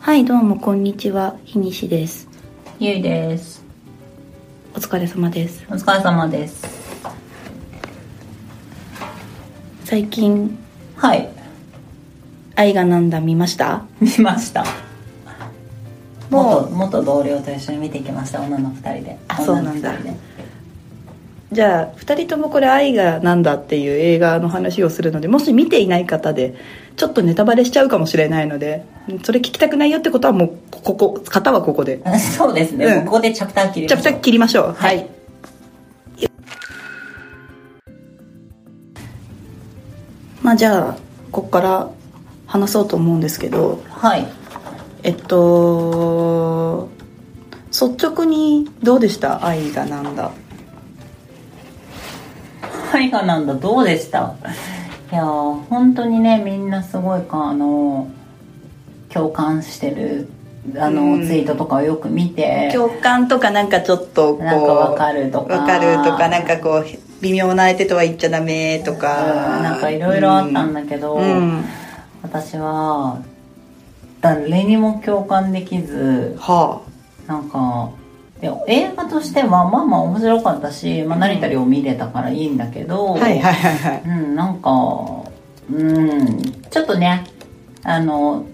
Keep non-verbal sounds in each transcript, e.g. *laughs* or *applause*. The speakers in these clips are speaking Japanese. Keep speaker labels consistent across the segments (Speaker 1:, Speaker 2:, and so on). Speaker 1: はい、どうもこんにちは、ひにしです。
Speaker 2: ゆいです。
Speaker 1: お疲れ様です。
Speaker 2: お疲れ様です。
Speaker 1: 最近、
Speaker 2: はい。
Speaker 1: 愛がなんだ見ました
Speaker 2: 見ました。
Speaker 1: も
Speaker 2: 元
Speaker 1: う
Speaker 2: 元同僚と一緒に見てきました女の二人で。
Speaker 1: あそうなんだ
Speaker 2: 女の二人で
Speaker 1: じゃあ、二人ともこれ愛がなんだっていう映画の話をするので、もし見ていない方で、ちょっとネタバレしちゃうかもしれないので、それ聞きたくないよってことはもう、ここ、型はここで。
Speaker 2: あそうですね。
Speaker 1: うん
Speaker 2: もうここでチャプター切り
Speaker 1: じゃ
Speaker 2: ま
Speaker 1: あ、
Speaker 2: しょう
Speaker 1: 二人切りましょう。
Speaker 2: はい。
Speaker 1: まあじゃあ、ここから話そうと思うんですけど、
Speaker 2: はい。
Speaker 1: えっと、率直にどうでした愛がなんだ
Speaker 2: はいがなんだどうでした。いやー本当にねみんなすごいかあの共感してるあの、
Speaker 1: うん
Speaker 2: ツイートとかをよく見て。
Speaker 1: 共感とかなんかちょっとこう
Speaker 2: なんかわかるとか
Speaker 1: わかるとかなんかこう微妙な相手とは言っちゃダメと
Speaker 2: うん
Speaker 1: か
Speaker 2: なんかいろいろあったんだけど、
Speaker 1: うん
Speaker 2: 私は誰にも共感できず
Speaker 1: は
Speaker 2: なんかで映画としてはまあまあ面白かったし、まあ、成田凌見れたからいいんだけど、
Speaker 1: あはいはいはいはい
Speaker 2: うん、なんかうんちょっとねあの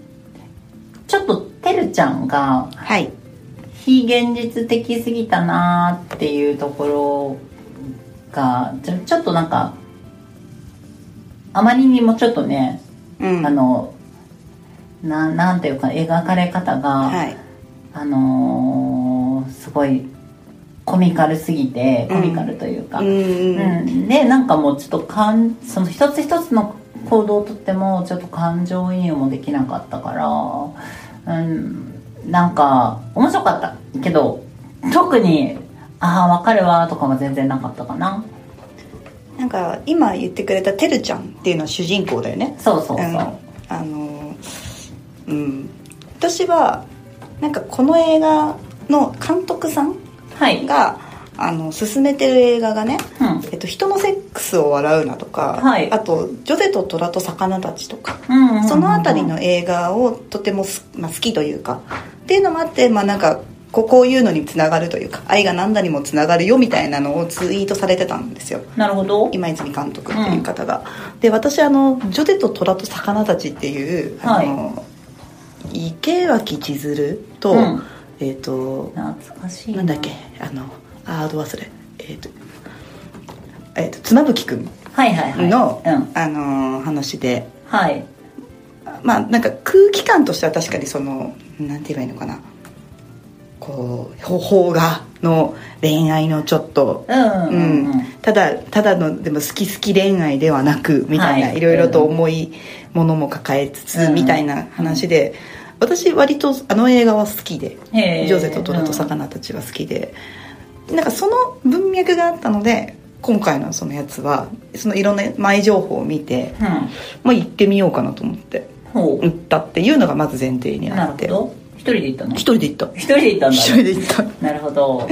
Speaker 2: ちょっとてるちゃんが
Speaker 1: はい
Speaker 2: 非現実的すぎたなーっていうところがちょちょっとなんかあまりにもちょっとね
Speaker 1: うん
Speaker 2: あのななんていうか描かれ方が、
Speaker 1: はい
Speaker 2: あのーすごいコミカルすぎて
Speaker 1: うん
Speaker 2: コミカルというか、
Speaker 1: う
Speaker 2: うん
Speaker 1: んうん
Speaker 2: でなんかもうちょっとかんその一つ一つの行動をとってもちょっと感情移入もできなかったから、うん、なんか面白かったけど特に「ああ分かるわ」とかは全然なかったかな
Speaker 1: なんか今言ってくれたてるちゃんっていうのは主人公だよね
Speaker 2: そうそうそう、
Speaker 1: んあのうん私はなんかこの映画の監督さん
Speaker 2: はい、
Speaker 1: があの進めてる映画がね
Speaker 2: うん
Speaker 1: えっと、人のセックスを笑うなとか、
Speaker 2: はい
Speaker 1: あと「ジョゼと虎と魚たち」とか、
Speaker 2: うんうんうんうん
Speaker 1: その辺りの映画をとてもす、まあ、好きというかっていうのもあって、まあ、なんかここういうのにつながるというか愛が何だにもつながるよみたいなのをツイートされてたんですよ
Speaker 2: なるほど
Speaker 1: 今泉監督っていう方が、で私あの「ジョゼと虎と魚たち」っていう、あの池脇千鶴と、
Speaker 2: うん
Speaker 1: えっ、と
Speaker 2: 懐かしい
Speaker 1: なんだっけあのあーど忘れえっ、とえっ、と妻夫木君
Speaker 2: はいはいはい
Speaker 1: の、
Speaker 2: うん、
Speaker 1: あのー話で
Speaker 2: はい
Speaker 1: まあなんか空気感としては確かにそのなんて言えばいいのかなこうほ邦画の恋愛のちょっと
Speaker 2: うんうんうん、うん
Speaker 1: ただただのでも好き好き恋愛ではなくみたいな、、
Speaker 2: はいい
Speaker 1: ろいろと重いものも抱えつつ、
Speaker 2: うん
Speaker 1: みたいな話で私割とあの映画は好きで「
Speaker 2: へー
Speaker 1: ジョゼと虎と魚たち」は好きで、なんかその文脈があったので今回のそのやつはそのいろんな前情報を見て、
Speaker 2: う
Speaker 1: まあ、行ってみようかなと思って
Speaker 2: んほ
Speaker 1: 行ったっていうのがまず前提に
Speaker 2: う
Speaker 1: あ
Speaker 2: な
Speaker 1: って
Speaker 2: るほど一人で行ったの
Speaker 1: 一人で行った
Speaker 2: 一人で行ったんだ
Speaker 1: 一人で行った
Speaker 2: なるほど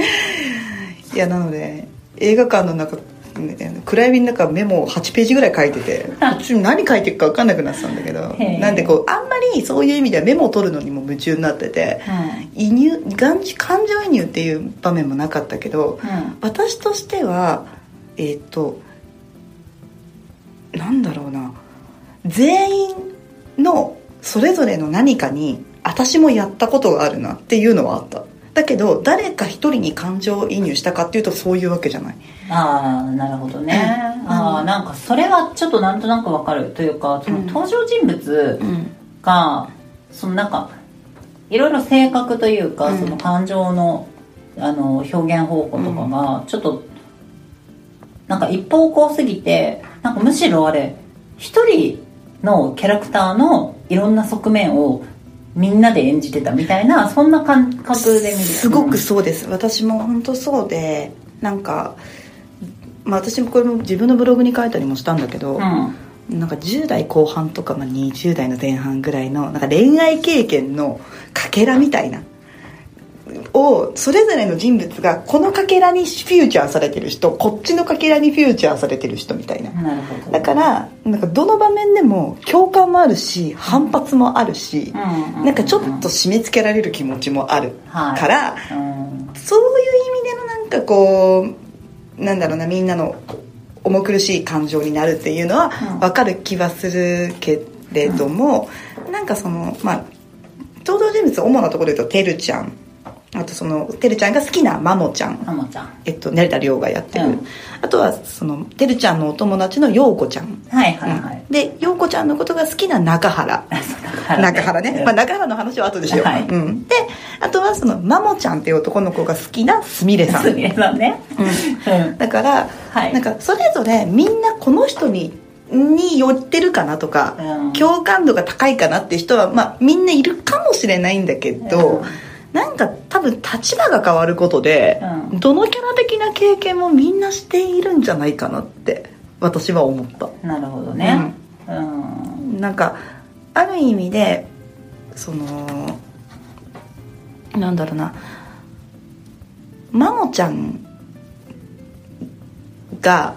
Speaker 1: いやなので映画館の中ね暗闇の中メモを8ページぐらい書いてて途中何書いてるか分かんなくなってたんだけど
Speaker 2: へえ
Speaker 1: なんでこうあんまりそういう意味ではメモを取るのにも夢中になってて
Speaker 2: うん
Speaker 1: 移入感じ感情移入っていう場面もなかったけど
Speaker 2: うん
Speaker 1: 私としてはえっ、となんだろうな全員のそれぞれの何かに私もやったことがあるなっていうのはあっただけど誰か一人に感情移入したかっていうとそういうわけじゃない
Speaker 2: ああなるほどね
Speaker 1: うん
Speaker 2: ああなんかそれはちょっとなんとなくわかるというかその
Speaker 1: うん
Speaker 2: 登場人物
Speaker 1: ん
Speaker 2: がそのなんかいろいろ性格というか、
Speaker 1: うん
Speaker 2: その感情のあの表現方法とかがちょっと、なんか一方向すぎてなんかむしろあれ一人のキャラクターのいろんな側面をみんなで演じてたみたいなそんな感覚で見る
Speaker 1: すごく
Speaker 2: そ
Speaker 1: そうです私も本当そうでなんか、まあ、私もこれも自分のブログに書いたりもしたんだけど、
Speaker 2: うん、うん
Speaker 1: なんか10代後半とかまあ20代の前半ぐらいのなんか恋愛経験のかけらみたいなをそれぞれの人物がこのかけらにフューチャーされてる人こっちのかけらにフューチャーされてる人みたいな
Speaker 2: なるほど
Speaker 1: だからなんかどの場面でも共感もあるし反発もあるし
Speaker 2: うんうん
Speaker 1: なんかちょっと締め付けられる気持ちもある
Speaker 2: はい
Speaker 1: から
Speaker 2: うん
Speaker 1: そういう意味でのなんかこうなんだろうなみんなの重苦しい感情になるっていうのは
Speaker 2: うん
Speaker 1: 分かる気はするけれども、なんかそのまあ登場人物主なところで言うとてるちゃんあとそのてるちゃんが好きなマモちゃん、
Speaker 2: あもちゃん
Speaker 1: えっと、成田凌がやってる、
Speaker 2: うん
Speaker 1: あとはそのてるちゃんのお友達の陽子ちゃん、
Speaker 2: はいはいはい、
Speaker 1: うんで陽子ちゃんのことが好きな中原
Speaker 2: あそうだから
Speaker 1: 中原ね、まあ、中原の話は後でしよう、
Speaker 2: はい
Speaker 1: うん、であとはそのマモちゃんっていう男の子が好きなすみれさん、
Speaker 2: すみれさんね
Speaker 1: う
Speaker 2: うん
Speaker 1: ん、だから、
Speaker 2: はい
Speaker 1: なんかそれぞれみんなこの人にに寄ってるかなとか、
Speaker 2: うん
Speaker 1: 共感度が高いかなって人は、まあ、みんないるかもしれないんだけど、
Speaker 2: うん
Speaker 1: なんか多分立場が変わることで、
Speaker 2: うん
Speaker 1: どのキャラ的な経験もみんなしているんじゃないかなって私は思った。
Speaker 2: なるほどねうん、
Speaker 1: なんかある意味でそのなんだろうなマモちゃんが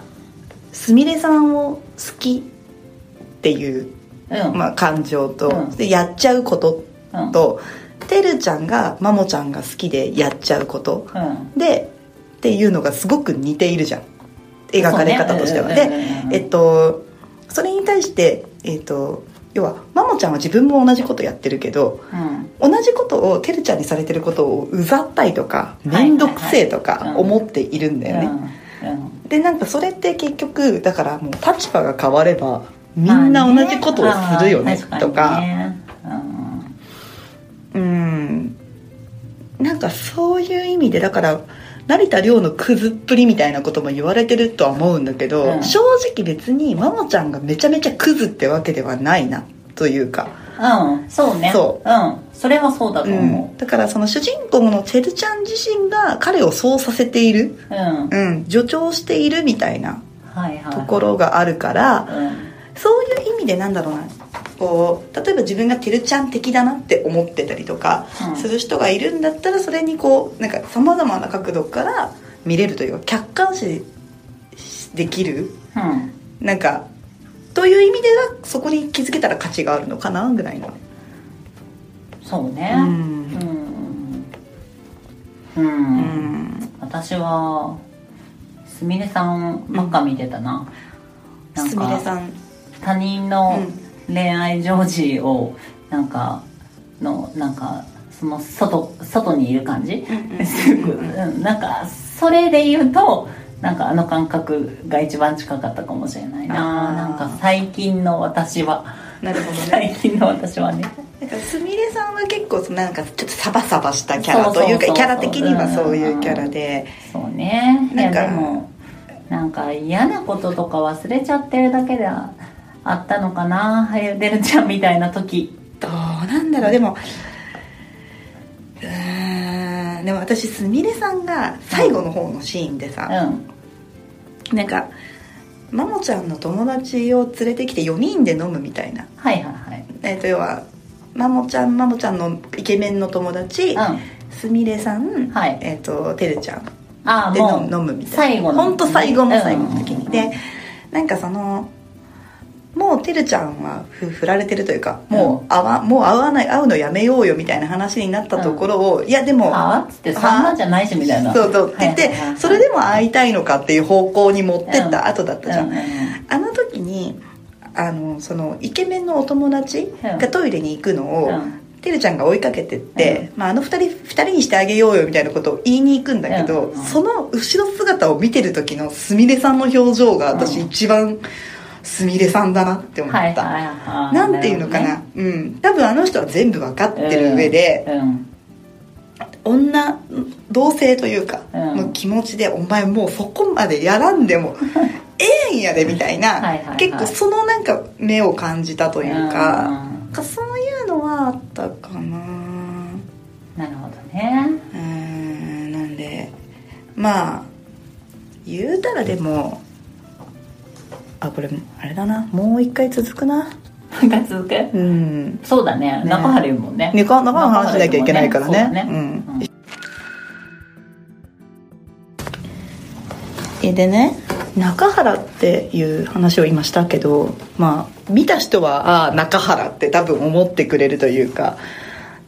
Speaker 1: すみれさんを好きっていう、
Speaker 2: うん
Speaker 1: まあ、感情と、
Speaker 2: うん
Speaker 1: でやっちゃうこと
Speaker 2: うん
Speaker 1: と、てるちゃんがマモちゃんが好きでやっちゃうこと
Speaker 2: うん
Speaker 1: でっていうのがすごく似ているじゃん描かれ方としては。
Speaker 2: そうね
Speaker 1: で、
Speaker 2: うんうんうんうん
Speaker 1: えっと、それに対して、えっと、要はマモちゃんは自分も同じことやってるけど
Speaker 2: うん
Speaker 1: 同じことをてるちゃんにされてることをうざったいとか
Speaker 2: はいはい
Speaker 1: 面倒くせえと
Speaker 2: うん
Speaker 1: か思っているんだよね、
Speaker 2: うんうん
Speaker 1: でなんかそれって結局だからもう立場が変わればみんな同じことをするよね,、
Speaker 2: まあ
Speaker 1: とか
Speaker 2: 確かにね
Speaker 1: うんなんかそういう意味でだから成田凌のクズっぷりみたいなことも言われてるとは思うんだけど、
Speaker 2: うん
Speaker 1: 正直別にマモちゃんがめちゃめちゃクズってわけではないなというか、
Speaker 2: うん、うん、そうね、
Speaker 1: そう
Speaker 2: ん、それはそうだと
Speaker 1: う
Speaker 2: 思
Speaker 1: ん、だからその主人公のチェルちゃん自身が彼をそうさせている、
Speaker 2: ううん、
Speaker 1: うん、助長しているみたいな
Speaker 2: はいはい
Speaker 1: ところがあるから、
Speaker 2: うん
Speaker 1: そういう意味でなんだろうなこう例えば自分がてるちゃん的だなって思ってたりとか
Speaker 2: うん
Speaker 1: する人がいるんだったらそれにこうなんかさまざまな角度から見れるというか客観視できる
Speaker 2: うん
Speaker 1: なんかという意味ではそこに気づけたら価値があるのかなぐらいの
Speaker 2: そうね
Speaker 1: う
Speaker 2: うんうん、
Speaker 1: う
Speaker 2: うん
Speaker 1: ん
Speaker 2: 私はすみれさんばっか見てたな,、なん
Speaker 1: すみれ
Speaker 2: か
Speaker 1: さん
Speaker 2: 他人の恋愛常時をなんかのなんかその外外にいる感じ、
Speaker 1: うんうん
Speaker 2: すごくうん *laughs* なんかそれで言うとなんかあの感覚が一番近かったかもしれないな
Speaker 1: あー
Speaker 2: なんか最近の私
Speaker 1: *laughs*
Speaker 2: は
Speaker 1: なるほどね
Speaker 2: 最近の私はね
Speaker 1: なんかすみれさんは結構そのなんかちょっとサバサバしたキャラというか
Speaker 2: そうそうそうそう
Speaker 1: キャラ的にはそういうキャラで
Speaker 2: そうねい
Speaker 1: な
Speaker 2: や
Speaker 1: んか
Speaker 2: でもなんか嫌なこととか忘れちゃってるだけであったのかなはゆでるちゃんみたいな時
Speaker 1: どうなんだろうでもうーんでも私すみれさんが最後の方のシーンで
Speaker 2: う
Speaker 1: さ、
Speaker 2: ん
Speaker 1: なんかマモちゃんの友達を連れてきて4人で飲むみたいな、
Speaker 2: はいはいはい
Speaker 1: えー、と要はマモちゃんマモちゃんのイケメンの友達
Speaker 2: うん
Speaker 1: すみれさん、
Speaker 2: はい
Speaker 1: えー、とてるちゃん
Speaker 2: ああ
Speaker 1: で
Speaker 2: も
Speaker 1: 飲む
Speaker 2: う
Speaker 1: 飲むみたいな
Speaker 2: 最後の
Speaker 1: 本当最後の最後の時
Speaker 2: うん
Speaker 1: に
Speaker 2: うんうん
Speaker 1: でなんかそのもうてるちゃんはふ振られてるというかもう会わ,、もう会わない会うのやめようよみたいな話になったところを、いやでも
Speaker 2: ああっつってそんなんじゃないしみたいな
Speaker 1: そうそうって言って、
Speaker 2: はいはいはい
Speaker 1: それでも会いたいのかっていう方向に持ってっ
Speaker 2: うん
Speaker 1: た後だったじゃん、
Speaker 2: うんうんうん
Speaker 1: あの時にあのそのイケメンのお友達がトイレに行くのを、
Speaker 2: うん
Speaker 1: てるちゃんが追いかけてって、まあ、あの二人二人にしてあげようよみたいなことを言いに行くんだけど、
Speaker 2: うんうん
Speaker 1: その後ろ姿を見てる時のすみれさんの表情が私
Speaker 2: うん
Speaker 1: 一番すみれさんだなって思った、
Speaker 2: はいはいはい
Speaker 1: なんていうのかな、うん多分あの人は全部分かってる上で、
Speaker 2: うん
Speaker 1: 女同性というか
Speaker 2: うん
Speaker 1: の気持ちで、お前もうそこまでやらんで
Speaker 2: *laughs*
Speaker 1: もええんやでみたいな
Speaker 2: はいはいはい
Speaker 1: 結構そのなんか目を感じたというか,、
Speaker 2: うん
Speaker 1: なんかそういうのはあったかな
Speaker 2: なるほどね
Speaker 1: うーんなんでまあ言うたらでもあこれあれだなもう一回続くな
Speaker 2: が続く
Speaker 1: うん
Speaker 2: そうだね
Speaker 1: ね
Speaker 2: 中原いるもんね
Speaker 1: 猫の話しなきゃいけないからね
Speaker 2: そうだね
Speaker 1: うんえでね中原っていう話を今したけどまあ見た人はああ中原って多分思ってくれるというか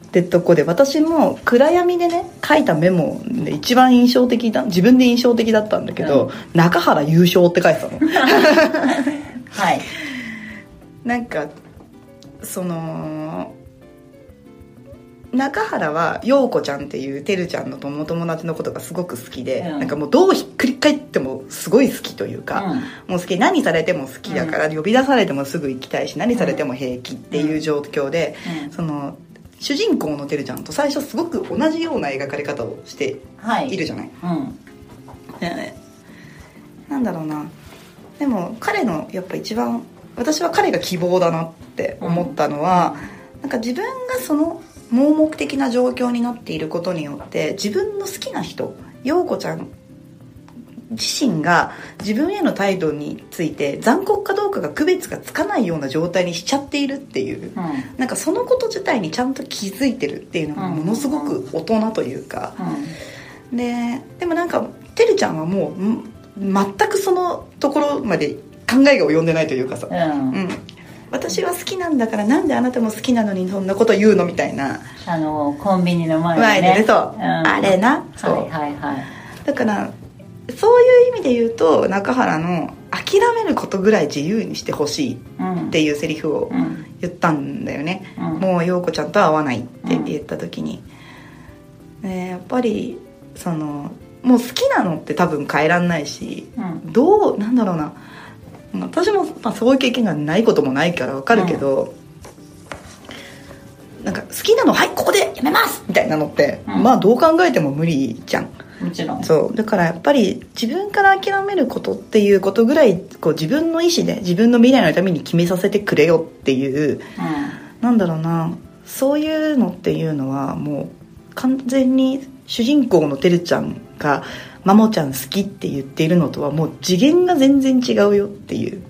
Speaker 1: ってとこで私も暗闇でね書いたメモで一番印象的だ自分で印象的だったんだけど、中原優勝って書いてたの
Speaker 2: はい
Speaker 1: なんかその中原は陽子ちゃんっていうてるちゃんの友友達のことがすごく好きで、
Speaker 2: うん
Speaker 1: なんかもうどうひっくり返ってもすごい好きというか、もう好き何されても好きだから、呼び出されてもすぐ行きたいし何されても平気っていう状況で、
Speaker 2: うん
Speaker 1: その主人公のてるちゃんと最初すごく同じような描かれ方をして
Speaker 2: はい
Speaker 1: いるじゃない、
Speaker 2: うん
Speaker 1: ねなんだろうなでも彼のやっぱ一番私は彼が希望だなって思ったのは、なんか自分がその盲目的な状況になっていることによって自分の好きな人陽子ちゃん自身が自分への態度について残酷かどうかが区別がつかないような状態にしちゃっているっていう
Speaker 2: うん
Speaker 1: なんかそのこと自体にちゃんと気づいてるっていうのがものすごく大人というか、ででもなんかてるちゃんはもうん全くそのところまで考えが及んでないというかさ、
Speaker 2: うんうん
Speaker 1: うん、私は好きなんだからなんであなたも好きなのにそんなこと言うのみたいな
Speaker 2: あのコンビニの前
Speaker 1: 前
Speaker 2: で
Speaker 1: で
Speaker 2: ね
Speaker 1: ねそう、
Speaker 2: ん
Speaker 1: あれなそう、
Speaker 2: はいはいはい
Speaker 1: だからそういう意味で言うと中原の「諦めることぐらい自由にしてほしい」
Speaker 2: うん
Speaker 1: っていうセリフを
Speaker 2: うん
Speaker 1: 言ったんだよね、
Speaker 2: うん
Speaker 1: もう陽子ちゃんとは会わないって言った時に、ねやっぱりそのもう好きなのって多分変えらんないし
Speaker 2: うん
Speaker 1: どうなんだろうな私も、まあ、そういう経験がないこともないからわかるけど、なんか好きなのはいここでやめますみたいなのって、
Speaker 2: うん
Speaker 1: まあどう考えても無理じゃん
Speaker 2: もちろん
Speaker 1: そうだからやっぱり自分から諦めることっていうことぐらいこう自分の意思で自分の未来のために決めさせてくれよっていう
Speaker 2: う
Speaker 1: なんだろうなそういうのっていうのはもう完全に主人公のてるちゃんが「マモちゃん好き」って言っているのとはもう次元が全然違うよっていうん
Speaker 2: うん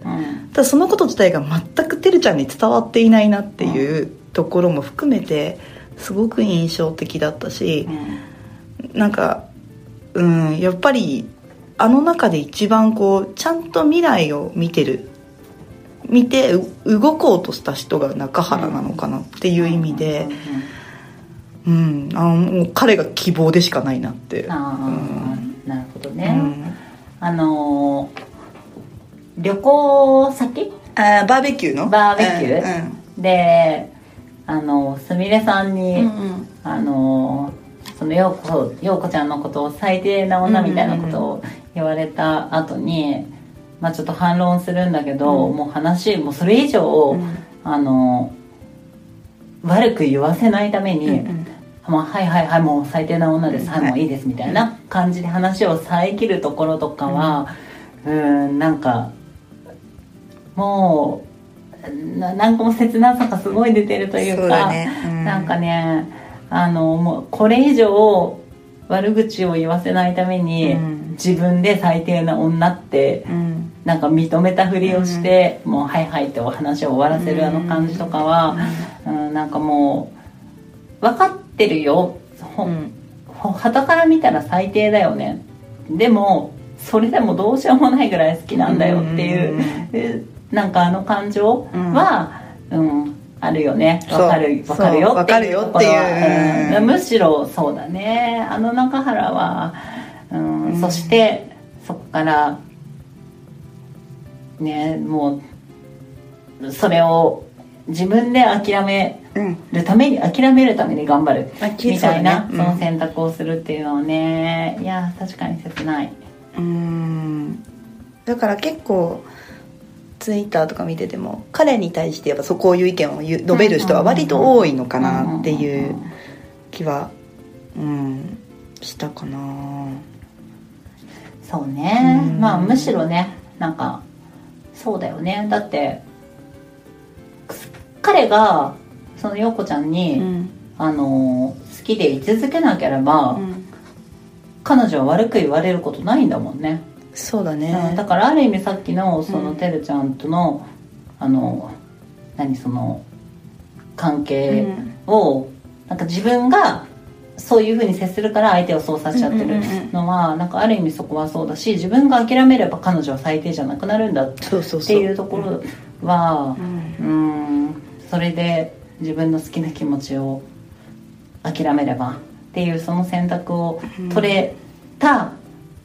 Speaker 1: ただそのこと自体が全くてるちゃんに伝わっていないなっていうところも含めてすごく印象的だったしなんかうんやっぱりあの中で一番こうちゃんと未来を見てる見てう動こうとした人が中原なのかなっていう意味で
Speaker 2: うん、
Speaker 1: うん、あもう彼が希望でしかないなって、
Speaker 2: ああ、なるほど
Speaker 1: う
Speaker 2: ね、
Speaker 1: ん、
Speaker 2: あのー旅行先
Speaker 1: あーバーベキューの
Speaker 2: バーベキューであのすみれさん
Speaker 1: う
Speaker 2: に、
Speaker 1: んうんうん
Speaker 2: あのその陽子陽子ちゃんのことを最低な女みたいなことを言われた後に、まあちょっと反論するんだけど、
Speaker 1: うん
Speaker 2: もう話もうそれ以上、
Speaker 1: うん
Speaker 2: あの悪く言わせないために、
Speaker 1: うん
Speaker 2: まあ、はいはいはいもう最低な女で
Speaker 1: う
Speaker 2: す、
Speaker 1: ん
Speaker 2: はいもういいですみたいな感じで話を遮るところとかはうーんなんかもうななんかもう切なさがすごい出てるというか
Speaker 1: そうだねうん
Speaker 2: なんかねあのもうこれ以上悪口を言わせないために、
Speaker 1: うん
Speaker 2: 自分で最低な女って
Speaker 1: うん
Speaker 2: なんか認めたふりをして、もう「はいはい」ってお話を終わらせるあの感じとかは、うんなんかもう分かってるよほ、
Speaker 1: うん
Speaker 2: はたから見たら最低だよねでもそれでもどうしようもないぐらい好きなんだよっていう、でなんかあの感情は、うんあるよね
Speaker 1: そう
Speaker 2: わかるわかるよ
Speaker 1: そう
Speaker 2: っていう
Speaker 1: わかるよっていう
Speaker 2: ところは
Speaker 1: うん
Speaker 2: むしろそうだねあの中原は、うん
Speaker 1: うん
Speaker 2: そしてそこからねもうそれを自分で諦め
Speaker 1: うん
Speaker 2: るために諦めるために頑張る
Speaker 1: あき
Speaker 2: みたいな
Speaker 1: そ
Speaker 2: そう
Speaker 1: だねうん
Speaker 2: の選択をするっていうのはねいや確かに切ない、
Speaker 1: うんだから結構ツイッターとか見てても彼に対してやっぱそうこういう意見を言う述べる人は割と多いのかなっていう気はうんしたかな
Speaker 2: そうね、
Speaker 1: うん
Speaker 2: まあむしろねなんかそうだよねだって彼がその陽子ちゃんに、
Speaker 1: うん
Speaker 2: あの好きでい続けなければ、
Speaker 1: うん
Speaker 2: 彼女は悪く言われることないんだもんね、
Speaker 1: そうだ
Speaker 2: うんだ
Speaker 1: ね
Speaker 2: からある意味さっきのその
Speaker 1: うん
Speaker 2: てるちゃんとの、あの何その関係を、なんか自分がそういうふうに接するから相手を操作しちゃってるのは、なんかある意味そこはそうだし自分が諦めれば彼女は最低じゃなくなるんだっ
Speaker 1: そうそうそう
Speaker 2: ていうところは
Speaker 1: う、ん
Speaker 2: うんそれで自分の好きな気持ちを諦めればっていうその選択を取れた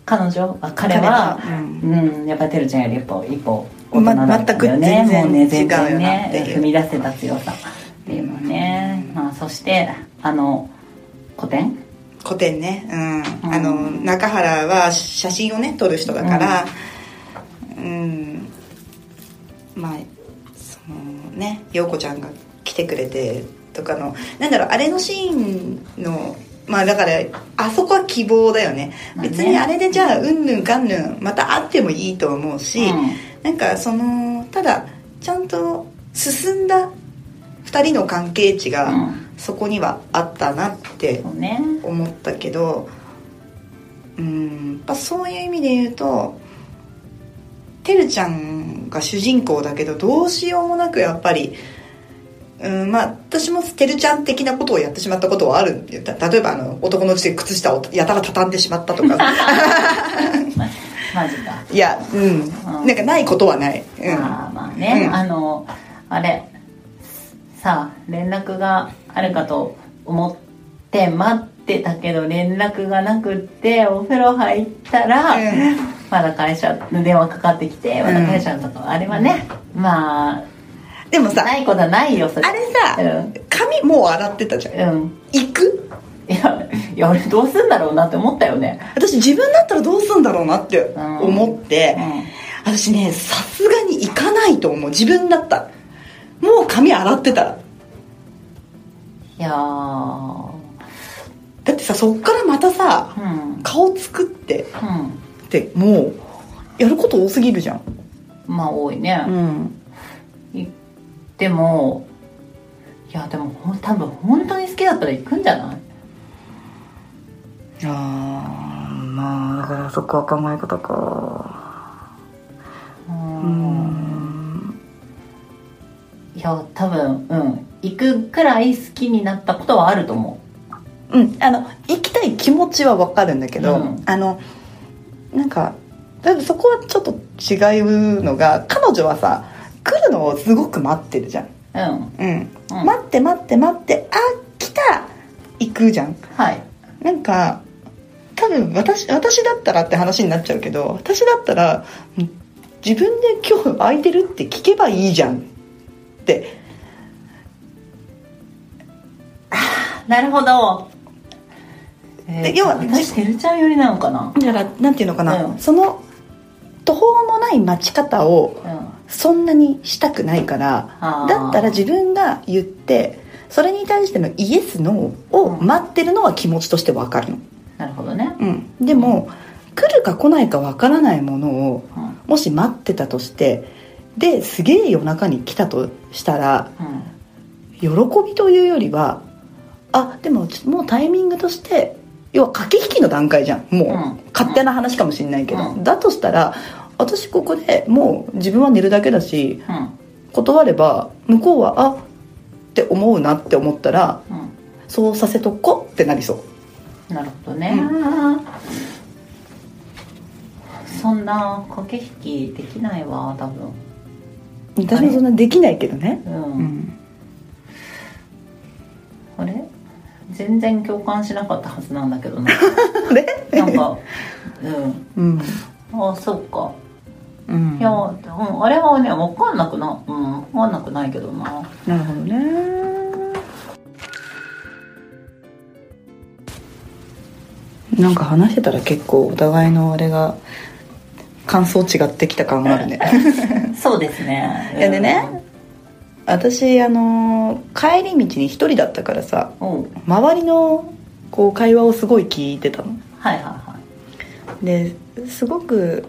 Speaker 2: 彼女、あ彼は
Speaker 1: 彼は
Speaker 2: うん、やっぱりてるちゃんより一歩一歩大人
Speaker 1: ま
Speaker 2: だったんだよね、
Speaker 1: 全く全然
Speaker 2: もうね全
Speaker 1: 違うよな
Speaker 2: 然
Speaker 1: って
Speaker 2: ね
Speaker 1: いう
Speaker 2: 踏み出せた強さっていうのはね、まあ、そしてあの古典
Speaker 1: 古典ね、うん
Speaker 2: うん
Speaker 1: あの中原は写真をね撮る人だからうん、まあそのね陽子ちゃんが来てくれてとかのなんだろうあれのシーンのまあだからあそこは希望だよね
Speaker 2: まあね
Speaker 1: 別にあれでじゃあうんぬんかんぬんまた会ってもいいと思うし、
Speaker 2: うん
Speaker 1: なんかそのただちゃんと進んだ2人の関係値
Speaker 2: う
Speaker 1: が
Speaker 2: ん
Speaker 1: そこにはあったなって
Speaker 2: そうね
Speaker 1: 思ったけどうんやっぱそういう意味で言うとてるちゃんが主人公だけどどうしようもなくやっぱり。うんまあ、私もてるちゃん的なことをやってしまったことはあるんでた例えばあの男のうちで靴下をやたら畳んでしまったとか
Speaker 2: *laughs* マジか、
Speaker 1: いやうんなんかないことはない、うん、
Speaker 2: まあまあね、
Speaker 1: うん
Speaker 2: あのあれさあ連絡があるかと思って待ってたけど連絡がなくってお風呂入ったら、
Speaker 1: うん
Speaker 2: まだ会社の電話かかってきてまだ会社のとこあれはね、まあ
Speaker 1: でもさ
Speaker 2: ないことはないよそれ
Speaker 1: あれさ髪もう洗ってたじゃん
Speaker 2: うん、うん、
Speaker 1: 行く
Speaker 2: いやいや俺どうすんだろうなって思ったよね、
Speaker 1: 私自分だったらどうするんだろうなって思って、
Speaker 2: う
Speaker 1: 私ねさすがに行かないと思う自分だったらもう髪洗ってたら
Speaker 2: ん、いやー
Speaker 1: だってさそっからまたさ
Speaker 2: うん
Speaker 1: 顔作って
Speaker 2: うん
Speaker 1: ってもうやること多すぎるじゃん
Speaker 2: まあ多いね、
Speaker 1: ん
Speaker 2: いでもいやでもほん多分本当に好きだったら行くんじゃない
Speaker 1: ああまあだからそこは考え方か
Speaker 2: う
Speaker 1: うんん
Speaker 2: いや多分うん行くくらい好きになったことはあると思
Speaker 1: うんあの行きたい気持ちはわかるんだけど、
Speaker 2: うん
Speaker 1: あのなんか多分そこはちょっと違うのが彼女はさ来るのをすごく待ってるじゃん
Speaker 2: うう
Speaker 1: う
Speaker 2: ん
Speaker 1: ん、
Speaker 2: うん
Speaker 1: 待って待って待ってあ来た行くじゃん
Speaker 2: はい
Speaker 1: なんか多分私私だったらって話になっちゃうけど私だったらうん自分で今日空いてるって聞けばいいじゃんって
Speaker 2: なるほどえ
Speaker 1: で要は
Speaker 2: 私てるちゃん寄りなのかな
Speaker 1: だからなんていうのかな、
Speaker 2: うん
Speaker 1: その途方もない待ち方を
Speaker 2: うん
Speaker 1: そんなにしたくないから
Speaker 2: あー
Speaker 1: だったら自分が言ってそれに対してのイエスノーを待ってるのは気持ちとして分かるの、
Speaker 2: なるほどね
Speaker 1: うん、でも来るか来ないか分からないものを
Speaker 2: うん
Speaker 1: もし待ってたとしてですげえ夜中に来たとしたら
Speaker 2: うん
Speaker 1: 喜びというよりはあでもちもうタイミングとして要は駆け引きの段階じゃんもう、
Speaker 2: うん
Speaker 1: 勝手な話かもしれないけど、
Speaker 2: うん
Speaker 1: だとしたら私ここでもう自分は寝るだけだし
Speaker 2: うん
Speaker 1: 断れば向こうはあって思うなって思ったら
Speaker 2: うん
Speaker 1: そうさせとこってなりそう
Speaker 2: なるほど
Speaker 1: う
Speaker 2: ね、そんな駆け引きできないわ多分
Speaker 1: 私もそんなできないけどね、
Speaker 2: うん
Speaker 1: うん、
Speaker 2: あれ全然共感しなかったはずなんだけどな
Speaker 1: あ *laughs* れ
Speaker 2: なんかう
Speaker 1: う
Speaker 2: ん
Speaker 1: ん
Speaker 2: ああそうか
Speaker 1: うん
Speaker 2: いや、うん、あれはね分かんなくなうん分かんなくないけどな
Speaker 1: なるほどねなんか話してたら結構お互いのあれが感想違ってきた感がある *laughs* ね
Speaker 2: そうですね
Speaker 1: いやでね私あのー帰り道に一人だったからさ
Speaker 2: うんおう
Speaker 1: 周りのこう会話をすごい聞いてたの
Speaker 2: はいはいは
Speaker 1: ですごく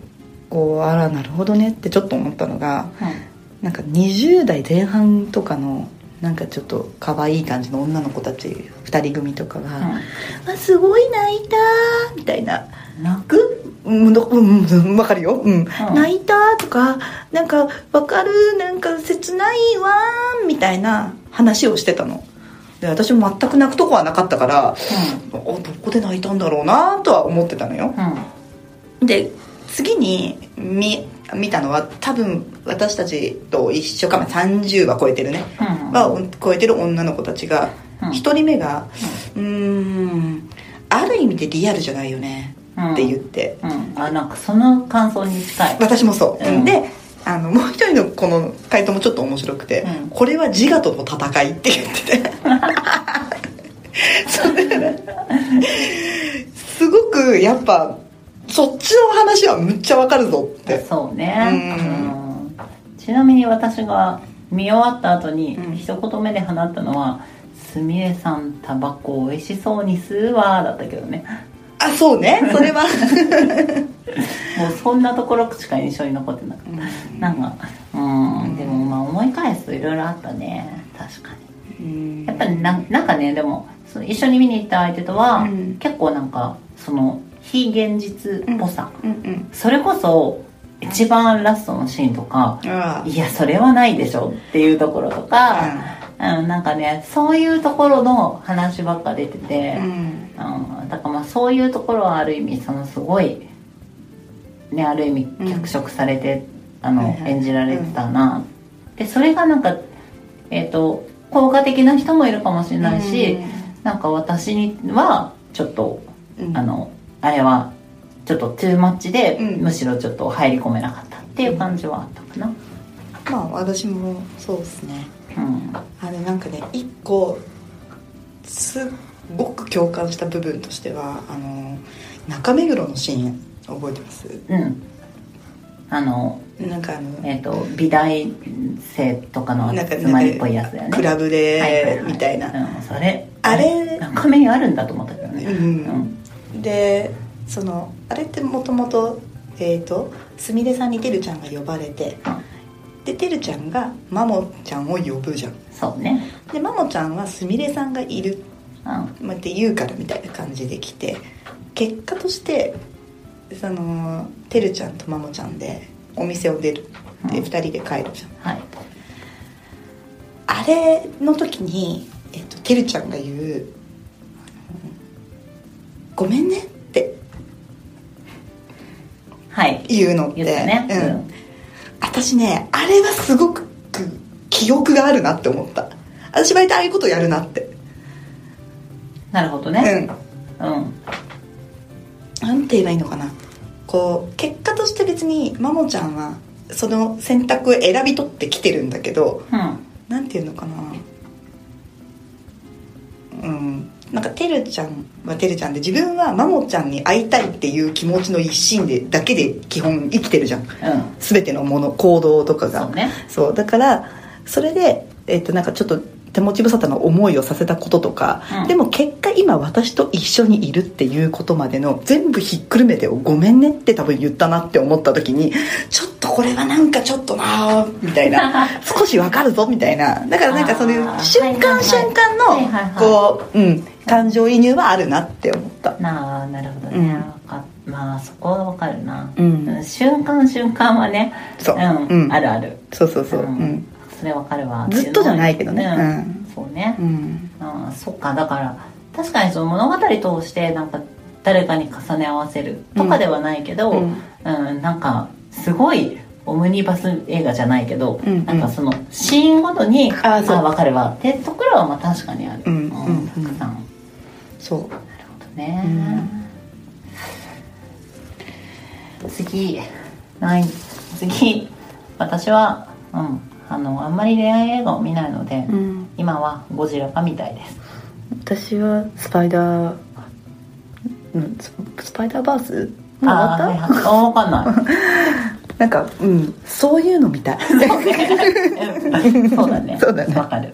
Speaker 1: こうあらなるほどねってちょっと思ったのが
Speaker 2: い、
Speaker 1: なんか20代前半とかのなんかちょっと可愛い感じの女の子たち2人組とかが、あすごい泣いたーみたいな
Speaker 2: うん、泣く
Speaker 1: うんどうんうんわかるよ、うん
Speaker 2: い
Speaker 1: 泣いたーとかなんかわかるなんか切ないわーみたいな話をしてたのでで私も全く泣くとこはなかったからあどこで泣いたんだろうなとは思ってたのよ
Speaker 2: うん
Speaker 1: で次に見見たのは多分私たちと一緒かも30は超えてるね、
Speaker 2: うん
Speaker 1: はお超えてる女の子たちが
Speaker 2: うん
Speaker 1: 一、人目がうーんある意味でリアルじゃないよね
Speaker 2: うん
Speaker 1: って言って、
Speaker 2: うんあなんかその感想に近い
Speaker 1: 私もそう、
Speaker 2: うん
Speaker 1: であのもう一人のこの回答もちょっと面白くて、
Speaker 2: うん
Speaker 1: これは自我との戦いって言って *laughs* てそうだからすごくやっぱそっちの話はむっちゃわかるぞって
Speaker 2: そう
Speaker 1: うん
Speaker 2: ね、うんちなみに私が見終わった後に
Speaker 1: うん
Speaker 2: 一言目で放ったのは「すみれさんタバコ美味しそうに吸うわ」だったけどね
Speaker 1: あそうねそれは
Speaker 2: もうそんなところしか印象に残ってなかった、なんかうん、でもまあ思い返すといろいろあったね確かに
Speaker 1: うん
Speaker 2: やっぱりななんかねでもその一緒に見に行った相手とは、
Speaker 1: うん
Speaker 2: 結構なんかその非現実っぽさ、
Speaker 1: うんうん
Speaker 2: それこそ一番ラストのシーンとか、
Speaker 1: あ
Speaker 2: いやそれはないでしょっていうところとか、うん、なんかねそういうところの話ばっか出てて、
Speaker 1: あうん
Speaker 2: うん、だからまあそういうところはある意味そのすごいねある意味
Speaker 1: うん
Speaker 2: 脚色されて、あの
Speaker 1: はいはい
Speaker 2: 演じられてたな、でそれがなんかえっ、と効果的な人もいるかもしれないし、なんか私にはちょっと、
Speaker 1: うん
Speaker 2: あのあれはちょっとトゥーマッチで、
Speaker 1: うん
Speaker 2: むしろちょっと入り込めなかったっていう感じはあったかな
Speaker 1: まあ私もそうですね
Speaker 2: うん
Speaker 1: あれなんかね一個すっごく共感した部分としてはあの中目黒のシーン覚えてます
Speaker 2: うんあの
Speaker 1: なんかあの
Speaker 2: えっ、と美大生とかの
Speaker 1: なんか
Speaker 2: 集まりっぽいやつだよね
Speaker 1: クラブ
Speaker 2: はいは
Speaker 1: で
Speaker 2: は
Speaker 1: みたいな、
Speaker 2: うん、それ
Speaker 1: あれ
Speaker 2: 中身あるんだと思ったけどね
Speaker 1: うんでそのあれってもともとえっ、とすみれさんにてるちゃんが呼ばれてでてるちゃんがマモちゃんを呼ぶじゃん
Speaker 2: そうね
Speaker 1: でマモちゃんはすみれさんがいる
Speaker 2: うん
Speaker 1: まあって言うからみたいな感じで来て結果としてそのてるちゃんとまもちゃんでお店を出るで
Speaker 2: う
Speaker 1: 2
Speaker 2: ん
Speaker 1: 人で帰るじゃん、
Speaker 2: はい
Speaker 1: あれの時に、えっと、てるちゃんが言う「ごめんね」って
Speaker 2: はい
Speaker 1: 言うのって、
Speaker 2: 言ったね
Speaker 1: うん私ねあれはすごく記憶があるなって思った私割とああいうことやるなって
Speaker 2: なるほど
Speaker 1: う
Speaker 2: ね
Speaker 1: ん
Speaker 2: うん、
Speaker 1: なんて言えばいいのかなこう結果として別にマモちゃんはその選択を選び取ってきてるんだけど
Speaker 2: うん
Speaker 1: なんて言うのかなうんなんかてるちゃんはてるちゃんで自分はマモちゃんに会いたいっていう気持ちの一心でだけで基本生きてるじゃん
Speaker 2: うん
Speaker 1: 全てのもの行動とかが
Speaker 2: そうね
Speaker 1: そうだからそれで、えっとなんかちょっと手持ち無沙汰な思いをさせたこととか、
Speaker 2: うん
Speaker 1: でも結果今私と一緒にいるっていうことまでの全部ひっくるめてを「ごめんね」って多分言ったなって思った時にちょっとこれはなんかちょっとなーみたい
Speaker 2: *laughs*
Speaker 1: な少しわかるぞみたいなだからなんかそういう
Speaker 2: あー
Speaker 1: 瞬
Speaker 2: はいはいは
Speaker 1: 間
Speaker 2: い
Speaker 1: 瞬間
Speaker 2: はいはいはい
Speaker 1: のこう、うん、感情移入はあるなって思った。
Speaker 2: なあなるほどね、
Speaker 1: うん
Speaker 2: わかまあそこはわかるな、
Speaker 1: うん
Speaker 2: 瞬間瞬間はね
Speaker 1: そう、
Speaker 2: ん
Speaker 1: うん
Speaker 2: あるある
Speaker 1: そうそうそう、う
Speaker 2: うん
Speaker 1: ん
Speaker 2: それわかるわ
Speaker 1: ずっとじゃないけどね
Speaker 2: うんそうね、
Speaker 1: うん
Speaker 2: ああそっかだから確かにその物語通してなんか誰かに重ね合わせるとかではないけど、
Speaker 1: う
Speaker 2: うんんなんかすごいオムニバス映画じゃないけど、
Speaker 1: うんうん
Speaker 2: なんかそのシーンごとに
Speaker 1: ああそう
Speaker 2: 分かるわってところはまあ確かにある、
Speaker 1: うんうん
Speaker 2: たくさんなる
Speaker 1: そう
Speaker 2: ほどね、次ない次私は、うん、あのあんまり恋愛映画を見ないので、
Speaker 1: うん
Speaker 2: 今はゴジラが見たいです
Speaker 1: 私はスパイダーうんススパイダーバースもう終わっ
Speaker 2: あー
Speaker 1: た、
Speaker 2: はいはいあ分かんない
Speaker 1: なんかうんそういうのみたい
Speaker 2: そうだね。
Speaker 1: *laughs* そうだね
Speaker 2: わかる。